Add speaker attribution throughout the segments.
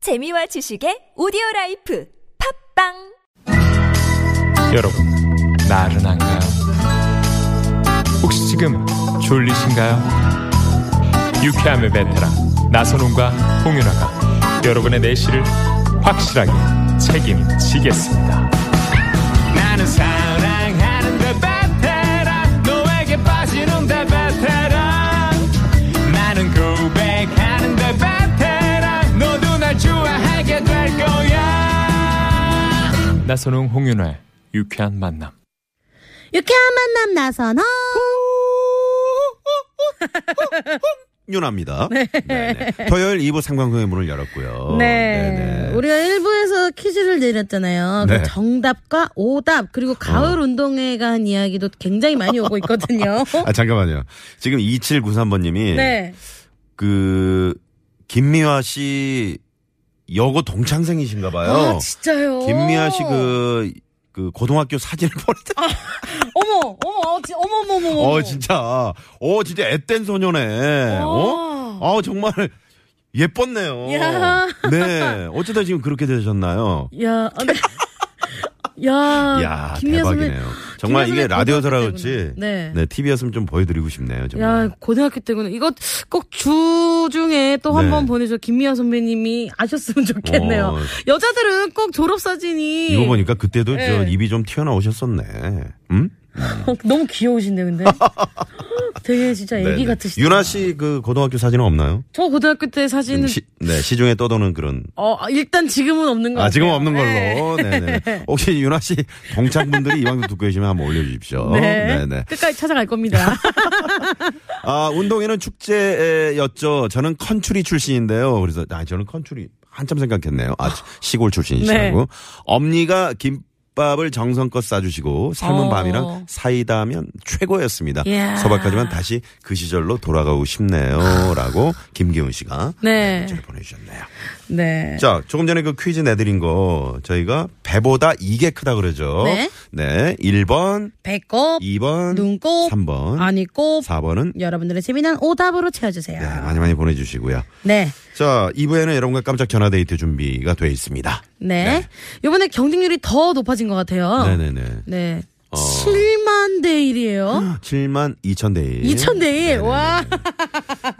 Speaker 1: 재미와 지식의 오디오 라이프 팝빵
Speaker 2: 여러분, 나른한가요? 혹시 지금 졸리신가요? 유쾌함의 베테랑 나선홍과 홍윤아가 여러분의 내실을 확실하게 책임지겠습니다.
Speaker 3: 나는 사랑하는데 베테랑 너에게 빠지는데 베테랑 나는 고백하는데 베테랑 너도 날 좋아하게 될 거야
Speaker 2: 나선홍 홍윤아의 유쾌한 만남.
Speaker 4: 유쾌한 만남 나선호.
Speaker 5: 윤아입니다. 네. 네 토요일 2부 상관극의 문을 열었고요.
Speaker 4: 네.
Speaker 5: 네네.
Speaker 4: 우리가 1부에서 퀴즈를 내렸잖아요.
Speaker 5: 네. 어.
Speaker 4: 그 정답과 오답, 그리고 가을 운동회가 한 이야기도 굉장히 많이 오고 있거든요.
Speaker 5: 아, 잠깐만요. 지금 2793번님이
Speaker 4: 네.
Speaker 5: 그 김미화 씨 여고 동창생이신가 봐요.
Speaker 4: 아, 진짜요?
Speaker 5: 김미화 씨그 그 고등학교 사진을 보내다.
Speaker 4: 어머, 어머, 어머머머.
Speaker 5: 어 진짜. 어 진짜 앳된 소녀네. 어? 아 정말 예뻤네요.
Speaker 4: 야.
Speaker 5: 네. 어쩌다 지금 그렇게 되셨나요?
Speaker 4: 야, 아, 네. 야,
Speaker 5: 야
Speaker 4: 김미아 선배.
Speaker 5: 대박이네요. 정말
Speaker 4: 김미아 선배
Speaker 5: 이게 라디오서라
Speaker 4: 고등학교
Speaker 5: 그렇지.
Speaker 4: 때구나. 네.
Speaker 5: TV였으면 좀 보여드리고 싶네요. 정말.
Speaker 4: 야, 고등학교 때구나. 이거 꼭 주중에 또 한
Speaker 5: 네.
Speaker 4: 번 보내줘. 김미아 선배님이 아셨으면 좋겠네요.
Speaker 5: 어.
Speaker 4: 여자들은 꼭 졸업사진이.
Speaker 5: 이거 보니까 그때도
Speaker 4: 네.
Speaker 5: 저 입이 좀 튀어나오셨었네. 음?
Speaker 4: 어, 너무 귀여우신데 근데 되게 진짜 애기
Speaker 5: 네네.
Speaker 4: 같으시다.
Speaker 5: 유나 씨 그 고등학교 사진은 없나요?
Speaker 4: 저 고등학교 때 사진은
Speaker 5: 시, 네 시중에 떠도는 그런.
Speaker 4: 어 아, 일단 지금은 없는 거
Speaker 5: 아
Speaker 4: 같아요.
Speaker 5: 지금 없는
Speaker 4: 네.
Speaker 5: 걸로. 네네. 혹시 유나 씨 동창분들이 이 방송 듣고 계시면 한번 올려주십시오.
Speaker 4: 네.
Speaker 5: 어, 네네.
Speaker 4: 끝까지 찾아갈 겁니다.
Speaker 5: 아 운동회는 축제였죠. 저는 컨츄리 출신인데요. 그래서 아 저는 컨츄리 한참 생각했네요. 아 시- 시골 출신이시라고.
Speaker 4: 네.
Speaker 5: 엄니가 김밥을 정성껏 싸주시고 삶은
Speaker 4: 어.
Speaker 5: 밤이랑 사이다면 최고였습니다.
Speaker 4: 이야.
Speaker 5: 소박하지만 다시 그 시절로 돌아가고 싶네요라고 김기훈 씨가
Speaker 4: 네.
Speaker 5: 문자를 보내주셨네요.
Speaker 4: 네.
Speaker 5: 자, 조금 전에 그 퀴즈 내드린 거 저희가 배보다 이게 크다 그러죠.
Speaker 4: 네.
Speaker 5: 네, 1번,
Speaker 4: 배꼽,
Speaker 5: 2번,
Speaker 4: 눈꼽,
Speaker 5: 3번,
Speaker 4: 아니꼽
Speaker 5: 4번은
Speaker 4: 여러분들의 재미난 오답으로 채워주세요.
Speaker 5: 네, 많이 많이 보내주시고요.
Speaker 4: 네.
Speaker 5: 자, 2부에는 여러분과 깜짝 전화 데이트 준비가 돼 있습니다.
Speaker 4: 네. 이번에 경쟁률이 더 높아진 것 같아요.
Speaker 5: 네네네.
Speaker 4: 네.
Speaker 5: 어.
Speaker 4: 7만 대
Speaker 5: 음.
Speaker 4: 1이에요.
Speaker 5: 7만 2천 대 1.
Speaker 4: 2천 대
Speaker 5: 네,
Speaker 4: 1. 와.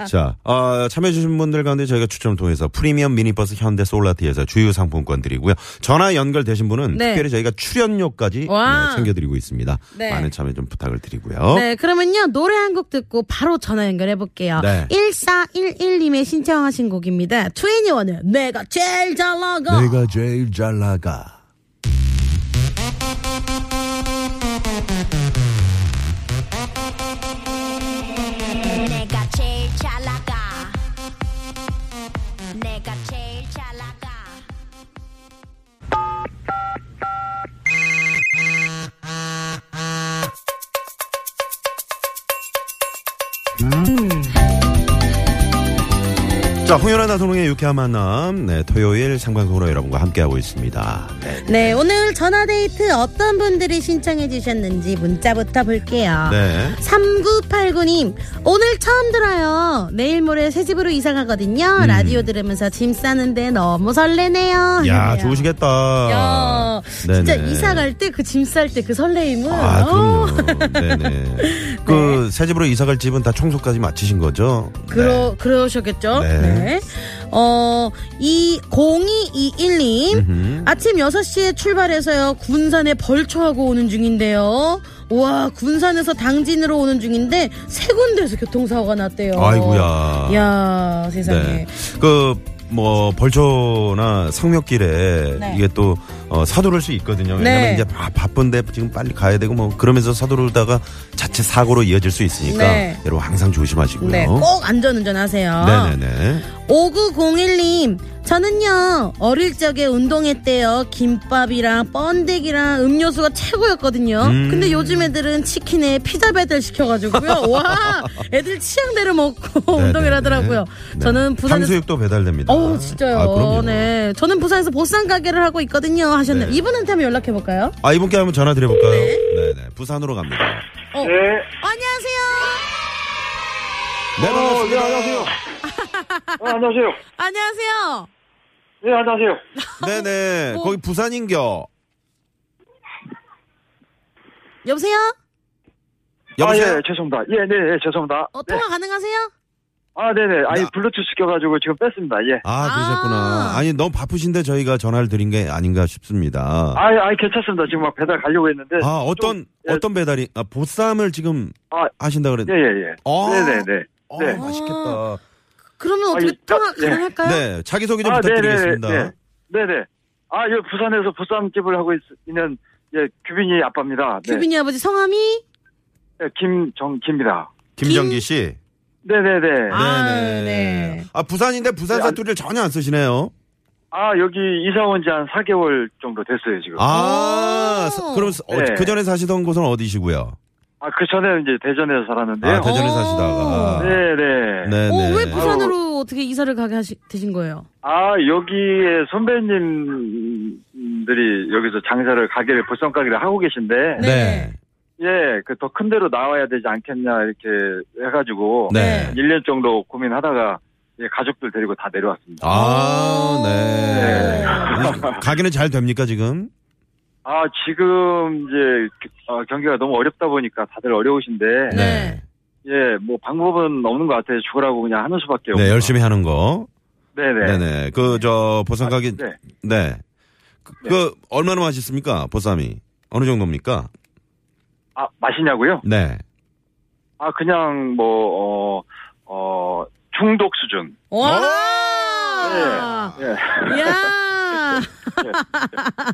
Speaker 5: 자, 어, 참여해주신 분들 가운데 저희가 추첨을 통해서 프리미엄 미니버스 현대 솔라티에서 주유 상품권 드리고요. 전화 연결되신 분은
Speaker 4: 네.
Speaker 5: 특별히 저희가 출연료까지
Speaker 4: 와.
Speaker 5: 네, 챙겨드리고 있습니다.
Speaker 4: 네.
Speaker 5: 많은 참여 좀 부탁을 드리고요.
Speaker 4: 네, 그러면요. 노래 한 곡 듣고 바로 전화 연결해 볼게요.
Speaker 5: 네.
Speaker 4: 1411님의 신청하신 곡입니다. 트웬티원의 내가 제일 잘 나가.
Speaker 5: 제일 잘 나가.
Speaker 6: 내가 제일 잘 나가. 내가 제일 잘 나가.
Speaker 5: 자, 홍연아 나선홍의 유쾌한 만남. 네, 토요일 상관으로 여러분과 함께하고 있습니다. 네.
Speaker 4: 네, 오늘 전화 데이트 어떤 분들이 신청해 주셨는지 문자부터 볼게요.
Speaker 5: 네.
Speaker 4: 3989님, 오늘 처음 들어요. 내일 모레 새 집으로 이사 가거든요.
Speaker 5: 음.
Speaker 4: 라디오 들으면서 짐 싸는데 너무 설레네요.
Speaker 5: 야,
Speaker 4: 하셨네요.
Speaker 5: 좋으시겠다.
Speaker 4: 야, 진짜
Speaker 5: 아, 네네.
Speaker 4: 이사 갈 때 그 짐 쌀 때 그 설레임은.
Speaker 5: 아,
Speaker 4: 어우,
Speaker 5: 그럼요. 네네. 그, 새 집으로 이사 갈 집은 다 청소까지 마치신 거죠?
Speaker 4: 그러, 그러셨겠죠?
Speaker 5: 네.
Speaker 4: 네. 어, 이 02221님. 아침 6시에 출발해서요. 군산에 벌초하고 오는 중인데요. 와, 군산에서 당진으로 오는 중인데 세 군데에서 교통사고가 났대요.
Speaker 5: 네. 아이고야.
Speaker 4: 야, 세상에.
Speaker 5: 네. 그, 뭐, 벌초나 상묘길에
Speaker 4: 네.
Speaker 5: 이게 또, 어, 서두를 수 있거든요. 왜냐면
Speaker 4: 네.
Speaker 5: 이제 바, 바쁜데 지금 빨리 가야 되고 뭐, 그러면서 서두르다가 자체 사고로 이어질 수 있으니까.
Speaker 4: 네.
Speaker 5: 여러분 항상 조심하시고요.
Speaker 4: 네, 꼭 아, 안전운전 하세요.
Speaker 5: 네네네.
Speaker 4: 5901님, 저는요, 어릴 적에 운동했대요. 김밥이랑 번데기랑 음료수가 최고였거든요.
Speaker 5: 음.
Speaker 4: 근데 요즘 애들은 치킨에 피자 배달 시켜가지고요. 와, 애들 취향대로 먹고
Speaker 5: 네네네.
Speaker 4: 운동을 하더라고요.
Speaker 5: 네.
Speaker 4: 저는 부산에서.
Speaker 5: 탕수육도 배달됩니다.
Speaker 4: 어우, 진짜요.
Speaker 5: 아, 그럼요.
Speaker 4: 네. 저는 부산에서 보쌈 가게를 하고 있거든요. 하셨네요.
Speaker 5: 네.
Speaker 4: 이분한테 한번 연락해볼까요?
Speaker 5: 아, 이분께 한번 전화 드려볼까요? 네. 네 부산으로 갑니다.
Speaker 4: 어. 네. 안녕하세요.
Speaker 7: 어,
Speaker 5: 네, 반갑습니다.
Speaker 7: 아, 안녕하세요.
Speaker 4: 안녕하세요.
Speaker 7: 네, 안녕하세요.
Speaker 5: 네네. 거기 부산인겨.
Speaker 4: 여보세요?
Speaker 5: 여보세요?
Speaker 7: 아, 예, 죄송합니다. 예, 네, 예, 죄송합니다.
Speaker 4: 어,
Speaker 7: 네.
Speaker 4: 통화 가능하세요?
Speaker 7: 아, 네네. 아니,
Speaker 5: 나-
Speaker 7: 블루투스 껴가지고 지금 뺐습니다. 예.
Speaker 5: 아, 그러셨구나.
Speaker 4: 아.
Speaker 5: 아니, 너무 바쁘신데 저희가 전화를 드린 게 아닌가 싶습니다.
Speaker 7: 아, 아, 괜찮습니다. 지금 막 배달 가려고 했는데.
Speaker 5: 아, 어떤,
Speaker 7: 좀, 예.
Speaker 5: 어떤 배달이, 아, 보쌈을 지금
Speaker 7: 아,
Speaker 5: 하신다
Speaker 7: 예,
Speaker 5: 그랬는데.
Speaker 7: 예, 예.
Speaker 5: 아.
Speaker 7: 네네네.
Speaker 5: 어,
Speaker 7: 네.
Speaker 5: 맛있겠다.
Speaker 4: 그러면 어떻게
Speaker 7: 아니,
Speaker 4: 통화
Speaker 7: 나- 네.
Speaker 4: 가능할까요?
Speaker 5: 네, 자기소개 좀
Speaker 7: 아,
Speaker 5: 부탁드리겠습니다.
Speaker 7: 네네네. 네. 네네. 아, 여기 부산에서 보쌈집을 하고 있, 는 예, 규빈이 아빠입니다. 네.
Speaker 4: 규빈이 아버지 성함이?
Speaker 7: 예, 김정기입니다.
Speaker 5: 김정기 씨.
Speaker 7: 네네네. 아,
Speaker 4: 아,
Speaker 5: 네네.
Speaker 4: 네.
Speaker 5: 아, 부산인데 부산
Speaker 7: 네, 안-
Speaker 5: 사투리를 전혀 안 쓰시네요.
Speaker 7: 아, 여기 이사 온 지 한 4개월 정도 됐어요, 지금. 아,
Speaker 5: 아,
Speaker 4: 오.
Speaker 5: 사- 그럼 어,
Speaker 7: 네.
Speaker 5: 그 전에 사시던 곳은 어디시고요?
Speaker 7: 그 전에 이제 대전에서 살았는데요.
Speaker 5: 아, 대전에
Speaker 4: 오.
Speaker 5: 사시다가.
Speaker 7: 네, 네네.
Speaker 5: 네,
Speaker 4: 어,
Speaker 5: 네.
Speaker 4: 왜 부산으로 어떻게 이사를 가게 하시, 되신 거예요?
Speaker 7: 아, 여기에 선배님들이 여기서 장사를, 가게를, 보쌈 가게를 하고 계신데,
Speaker 5: 네.
Speaker 7: 예, 그 더 큰 데로 나와야 되지 않겠냐, 이렇게 해가지고,
Speaker 5: 네.
Speaker 4: 네.
Speaker 7: 1년 정도 고민하다가, 예, 가족들 데리고 다 내려왔습니다.
Speaker 5: 아, 네.
Speaker 4: 네.
Speaker 5: 가게는 잘 됩니까, 지금?
Speaker 7: 아, 지금 이제 어, 경기가 너무 어렵다 보니까 다들 어려우신데,
Speaker 4: 네.
Speaker 7: 예, 뭐 방법은 없는 것 같아요. 죽으라고 그냥 하는 수밖에 없고.
Speaker 5: 네, 열심히 하는 거.
Speaker 7: 네네.
Speaker 5: 네, 네. 그, 저, 보쌈 가게.
Speaker 7: 네.
Speaker 5: 네. 그, 그 얼마나 맛있습니까? 보쌈이. 어느 정도입니까?
Speaker 7: 아, 맛있냐고요?
Speaker 5: 네.
Speaker 7: 아, 그냥 뭐, 어, 어, 중독 수준.
Speaker 4: 와!
Speaker 7: 어? 예.
Speaker 4: 야!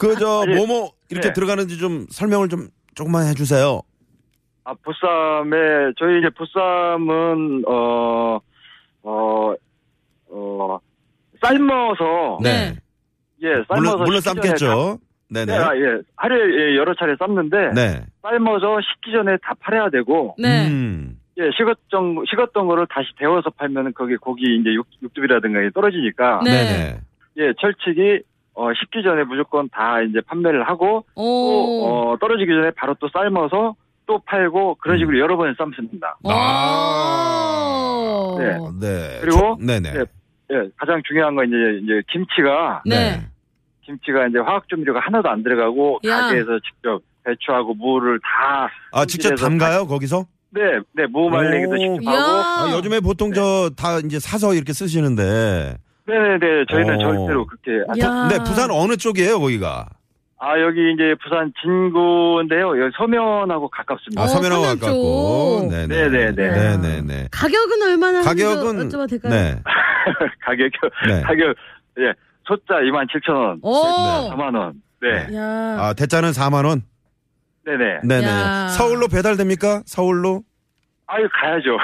Speaker 5: 그, 저,
Speaker 7: 아니,
Speaker 5: 뭐뭐 이렇게
Speaker 7: 네.
Speaker 5: 들어가는지 좀 설명을 좀 조금만 해주세요.
Speaker 7: 아, 보쌈에, 저희 이제 보쌈은, 어, 어, 어, 삶아서,
Speaker 4: 네.
Speaker 7: 예, 어, 삶아서.
Speaker 5: 물론, 물론
Speaker 7: 식기 전에
Speaker 5: 삶겠죠.
Speaker 7: 다-
Speaker 5: 네네.
Speaker 7: 네, 아, 예. 하루에 예, 여러 차례 삶는데,
Speaker 5: 네.
Speaker 7: 삶아서 식기 전에 다 팔아야 되고,
Speaker 4: 네.
Speaker 5: 음.
Speaker 7: 예, 식었던, 식었던 거를 다시 데워서 팔면은 거기 고기 이제 육, 육즙이라든가 이게 떨어지니까,
Speaker 4: 네.
Speaker 5: 네네.
Speaker 7: 예, 철칙이, 어, 식기 전에 무조건 다 이제 판매를 하고,
Speaker 4: 오.
Speaker 7: 또, 어, 떨어지기 전에 바로 또 삶아서 또 팔고, 그런
Speaker 5: 음.
Speaker 7: 식으로 여러 번 삶습니다.
Speaker 4: 오.
Speaker 7: 네.
Speaker 5: 네.
Speaker 7: 그리고,
Speaker 5: 조- 네네.
Speaker 7: 예, 예, 가장 중요한 건 이제, 이제 김치가,
Speaker 4: 네.
Speaker 7: 김치가 이제 화학조미료가 하나도 안 들어가고,
Speaker 4: 야.
Speaker 7: 가게에서 직접 배추하고 무를 다,
Speaker 5: 아, 직접
Speaker 7: 손질해서
Speaker 5: 담가요, 거기서?
Speaker 7: 네, 네, 무 말리기도
Speaker 5: 오.
Speaker 7: 직접 하고,
Speaker 4: 야.
Speaker 5: 아, 요즘에 보통 저 다 이제 사서 이렇게 쓰시는데.
Speaker 7: 네네네, 저희는
Speaker 5: 오.
Speaker 7: 절대로 그렇게. 안-
Speaker 4: 야.
Speaker 5: 근데 아, 부산 어느 쪽이에요, 거기가?
Speaker 7: 아, 여기 이제 부산 진구인데요. 여기 서면하고 가깝습니다.
Speaker 5: 아,
Speaker 4: 어,
Speaker 5: 서면하고
Speaker 4: 서면
Speaker 5: 가깝고.
Speaker 4: 쪽.
Speaker 5: 네네네.
Speaker 7: 네네네.
Speaker 5: 네네네.
Speaker 4: 가격은 얼마나
Speaker 5: 가격은
Speaker 4: 하는지 여쭤봐도 될까요? 아.
Speaker 5: 네.
Speaker 7: 가격,
Speaker 5: 네.
Speaker 7: 가격, 예, 소자 27,000원,
Speaker 4: 오.
Speaker 7: 4만원. 네,
Speaker 5: 네.
Speaker 4: 야.
Speaker 5: 아, 대짜는 4만 원.
Speaker 7: 네네.
Speaker 5: 네네.
Speaker 4: 야.
Speaker 5: 서울로 배달됩니까? 서울로?
Speaker 7: 아유, 가야죠.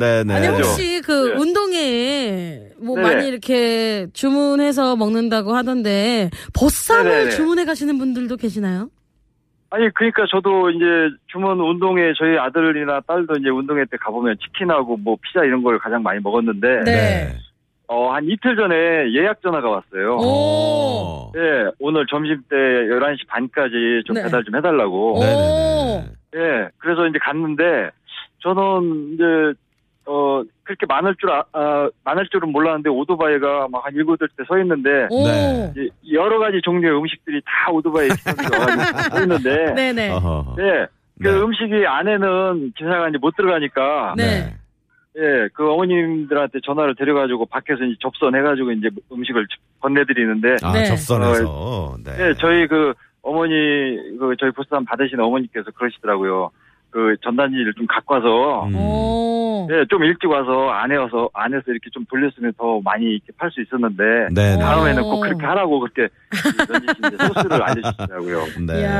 Speaker 5: 네네.
Speaker 4: 아니
Speaker 7: 그죠?
Speaker 4: 혹시 그
Speaker 7: 예.
Speaker 4: 운동에 뭐
Speaker 7: 네네.
Speaker 4: 많이 이렇게 주문해서 먹는다고 하던데 보쌈을
Speaker 7: 네네네.
Speaker 4: 주문해 가시는 분들도 계시나요?
Speaker 7: 아니 그러니까 저도 이제 주문 운동회 저희 아들이나 딸도 이제 운동회 때 가보면 치킨하고 뭐 피자 이런 걸 가장 많이 먹었는데
Speaker 5: 네.
Speaker 7: 어 한 이틀 전에 예약 전화가 왔어요.
Speaker 4: 오.
Speaker 5: 오.
Speaker 7: 예, 오늘 점심 때 11시 반까지 좀
Speaker 4: 네.
Speaker 7: 배달 좀 해달라고.
Speaker 4: 오.
Speaker 5: 네네네.
Speaker 7: 예, 그래서 이제 갔는데 저는 이제 어 그렇게 많을 줄 아, 아, 많을 줄은 몰랐는데 오토바이가 막 한 일곱 대 서 있는데
Speaker 4: 오.
Speaker 5: 네.
Speaker 7: 이제 여러 가지 종류의 음식들이 다 오토바이 시선이 와가지고 서 있는데
Speaker 4: 네, 네.
Speaker 5: 어허.
Speaker 7: 예. 그
Speaker 5: 네.
Speaker 7: 음식이 안에는 기사가 이제 못 들어가니까
Speaker 4: 네.
Speaker 7: 예, 그 어머님들한테 전화를 드려가지고 밖에서 이제 접선해가지고 이제 음식을 건네드리는데
Speaker 5: 아,
Speaker 4: 네.
Speaker 5: 접선해서. 네.
Speaker 7: 예, 저희 그 어머니 그 저희 보쌈 받으신 어머니께서 그러시더라고요. 그 전단지를 좀 갖고 와서
Speaker 5: 음.
Speaker 4: 오.
Speaker 7: 예, 좀 일찍 와서 안에 와서 안에서 이렇게 좀 돌렸으면 더 많이 이렇게 팔 수 있었는데
Speaker 5: 네네.
Speaker 4: 아.
Speaker 7: 다음에는
Speaker 4: 오.
Speaker 7: 꼭 그렇게 하라고 그렇게 던지신 이제 소스를 알려주시더라고요.
Speaker 5: 네.
Speaker 4: 이야.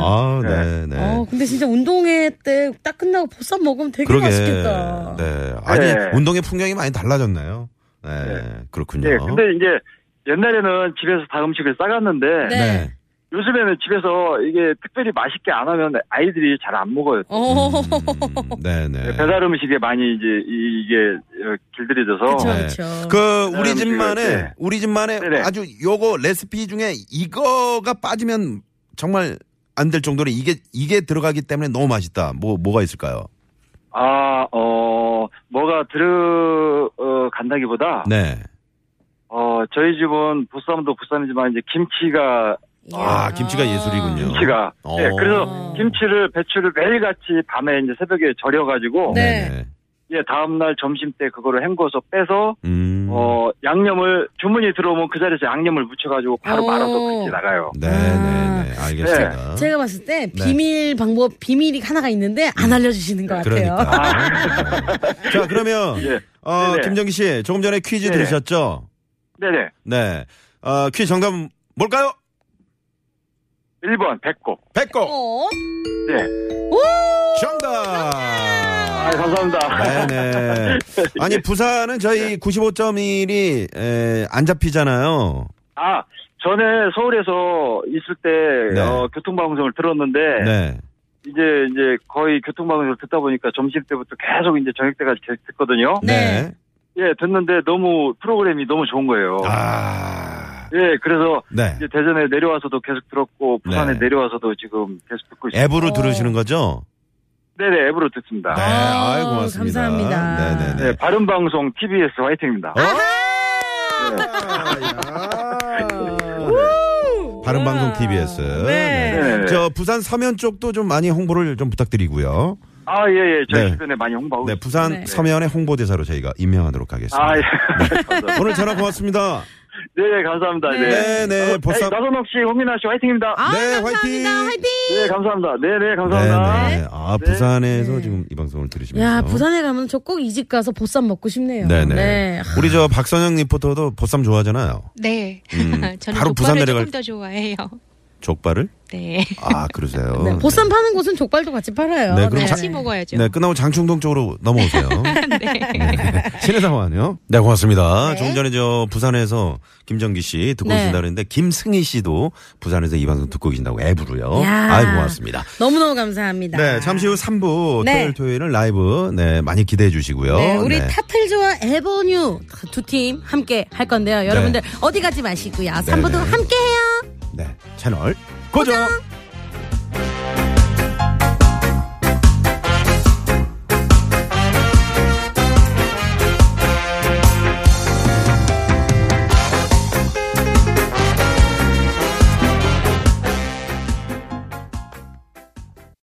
Speaker 5: 아, 네, 네.
Speaker 4: 어, 근데 진짜 운동회 때 딱 끝나고 보쌈 먹으면 되게
Speaker 5: 그러게.
Speaker 4: 맛있겠다.
Speaker 5: 네. 아니,
Speaker 7: 네.
Speaker 5: 운동의 풍경이 많이 달라졌나요? 네.
Speaker 7: 네.
Speaker 5: 그렇군요.
Speaker 7: 예, 근데 이제 옛날에는 집에서 다 음식을 싸갔는데
Speaker 4: 네.
Speaker 5: 네.
Speaker 7: 요즘에는 집에서 이게 특별히 맛있게 안 하면 아이들이 잘 안 먹어요.
Speaker 4: 오.
Speaker 5: 음, 네네.
Speaker 7: 배달 음식에 많이 이제 이- 이게 어,
Speaker 4: 그렇죠.
Speaker 7: 길들여져서
Speaker 5: 네.
Speaker 4: 그렇죠.
Speaker 5: 그 우리
Speaker 7: 배달 음식을,
Speaker 5: 집만의
Speaker 7: 네.
Speaker 5: 우리 집만의
Speaker 7: 네네.
Speaker 5: 아주 요거 레시피 중에 이거가 빠지면 정말 안 될 정도로 이게 이게 들어가기 때문에 너무 맛있다. 뭐 뭐가 있을까요?
Speaker 7: 아, 어, 뭐가 들어간다기보다 어,
Speaker 5: 네.
Speaker 7: 저희 집은 부산도 부산이지만 이제 김치가
Speaker 5: 아, 김치가 예술이군요.
Speaker 7: 김치가
Speaker 5: 어.
Speaker 7: 예 그래서 김치를 배추를 매일같이 밤에 이제 새벽에 절여가지고
Speaker 4: 네.
Speaker 5: 네네.
Speaker 7: 예 다음날 점심 때 그거를 헹궈서 빼서
Speaker 5: 음.
Speaker 7: 어 양념을 주문이 들어오면 그 자리에서 양념을 묻혀가지고 바로
Speaker 4: 오.
Speaker 7: 말아서 그렇게 나가요.
Speaker 5: 네네네. 알겠습니다.
Speaker 4: 아, 제가 봤을 때
Speaker 5: 네. 음.
Speaker 4: 비밀 방법 비밀이 하나가 있는데 안 알려주시는 것 같아요.
Speaker 5: 그러니까. 자, 그러면,
Speaker 7: 예.
Speaker 5: 어,
Speaker 7: 네네.
Speaker 5: 김정기 씨, 조금 전에 퀴즈
Speaker 7: 네네.
Speaker 5: 들으셨죠?
Speaker 7: 네네
Speaker 5: 네. 어, 퀴즈 정답 은 뭘까요?
Speaker 7: 1번 배꼽.
Speaker 5: 백곡!
Speaker 4: 어?
Speaker 7: 네.
Speaker 5: 정답!
Speaker 7: 아 감사합니다.
Speaker 5: 네네. 아니, 부산은
Speaker 4: 네.
Speaker 5: 저희 95.1이, 에, 안 잡히잖아요.
Speaker 7: 아 전에 서울에서 있을 때
Speaker 5: 네.
Speaker 7: 어, 교통방송을 들었는데
Speaker 5: 네.
Speaker 7: 이제 이제 거의 교통방송을 듣다 보니까 점심 때부터 계속 이제 저녁 때까지 계속 듣거든요.
Speaker 5: 음.
Speaker 4: 네.
Speaker 7: 예 듣는데 너무 프로그램이 너무 좋은 거예요.
Speaker 4: 어.
Speaker 5: 아.
Speaker 7: 예 그래서
Speaker 5: 네.
Speaker 7: 이제 대전에 내려와서도 계속 들었고 부산에
Speaker 5: 네.
Speaker 7: 내려와서도 지금 계속 듣고 있습니다.
Speaker 5: 앱으로
Speaker 4: 어.
Speaker 5: 들으시는 거죠?
Speaker 7: 네네 앱으로 듣습니다.
Speaker 5: 네.
Speaker 4: 아,
Speaker 5: 아유, 고맙습니다.
Speaker 4: 감사합니다.
Speaker 5: 네네네. 어?
Speaker 7: 네 바른 방송 TBS 화이팅입니다.
Speaker 5: 바른 방송 TBS.
Speaker 4: 네.
Speaker 7: 네.
Speaker 5: 저 부산 서면 쪽도 좀 많이 홍보를 좀 부탁드리고요.
Speaker 7: 아 예예 저희
Speaker 5: 네.
Speaker 7: 주변에 많이 홍보하고
Speaker 5: 네,
Speaker 7: 있습니다.
Speaker 5: 부산
Speaker 4: 네.
Speaker 5: 서면의 홍보대사로 저희가 임명하도록 하겠습니다.
Speaker 7: 아 예.
Speaker 5: 오늘 전화 고맙습니다.
Speaker 7: 네 감사합니다.
Speaker 5: 네,
Speaker 7: 네.
Speaker 5: 네, 보쌈.
Speaker 7: 나선옥 씨, 홍민아 씨, 화이팅입니다.
Speaker 4: 아,
Speaker 5: 네,
Speaker 4: 감사합니다.
Speaker 5: 화이팅!
Speaker 4: 화이팅!
Speaker 7: 네, 감사합니다. 네, 네, 감사합니다.
Speaker 5: 네, 네. 아,
Speaker 7: 네.
Speaker 5: 부산에서 지금 이 방송을 들으시면서.
Speaker 4: 야, 부산에 가면 저 꼭 이집 가서 보쌈 먹고 싶네요.
Speaker 5: 음. 네네. 어,
Speaker 4: 네.
Speaker 5: 우리 저 박선영 리포터도 보쌈 좋아하잖아요.
Speaker 8: 네.
Speaker 5: 음,
Speaker 8: 저는
Speaker 5: 바로
Speaker 8: 족발을
Speaker 5: 부산 내려갈
Speaker 8: 조금 더 좋아해요.
Speaker 5: 족발을?
Speaker 8: 네.
Speaker 5: 아, 그러세요.
Speaker 4: 네, 보쌈 파는 곳은 족발도 같이 팔아요.
Speaker 5: 네, 그럼 자-
Speaker 8: 같이 먹어야죠.
Speaker 5: 네, 끝나고 장충동 쪽으로 넘어오세요. 네. 신의상환이요? 네, 고맙습니다. 조금 전에 저 부산에서 김정기 씨 듣고
Speaker 4: 네.
Speaker 5: 계신다 그랬는데 김승희 씨도 부산에서 이 방송 듣고 계신다고 앱으로요.
Speaker 4: 야.
Speaker 5: 어? 아이 고맙습니다.
Speaker 4: 너무너무 감사합니다.
Speaker 5: 네, 잠시 후 3부
Speaker 4: 네.
Speaker 5: 토요일 토요일은 라이브 네, 많이 기대해 주시고요.
Speaker 4: 네, 우리
Speaker 5: 네.
Speaker 4: 타틀즈와 에버뉴 두 팀 함께 할
Speaker 5: 네.
Speaker 4: 건데요. 여러분들 어디 가지 마시고요. 삼부도
Speaker 5: 네네.
Speaker 4: 함께 해요.
Speaker 5: 네, 채널 고정.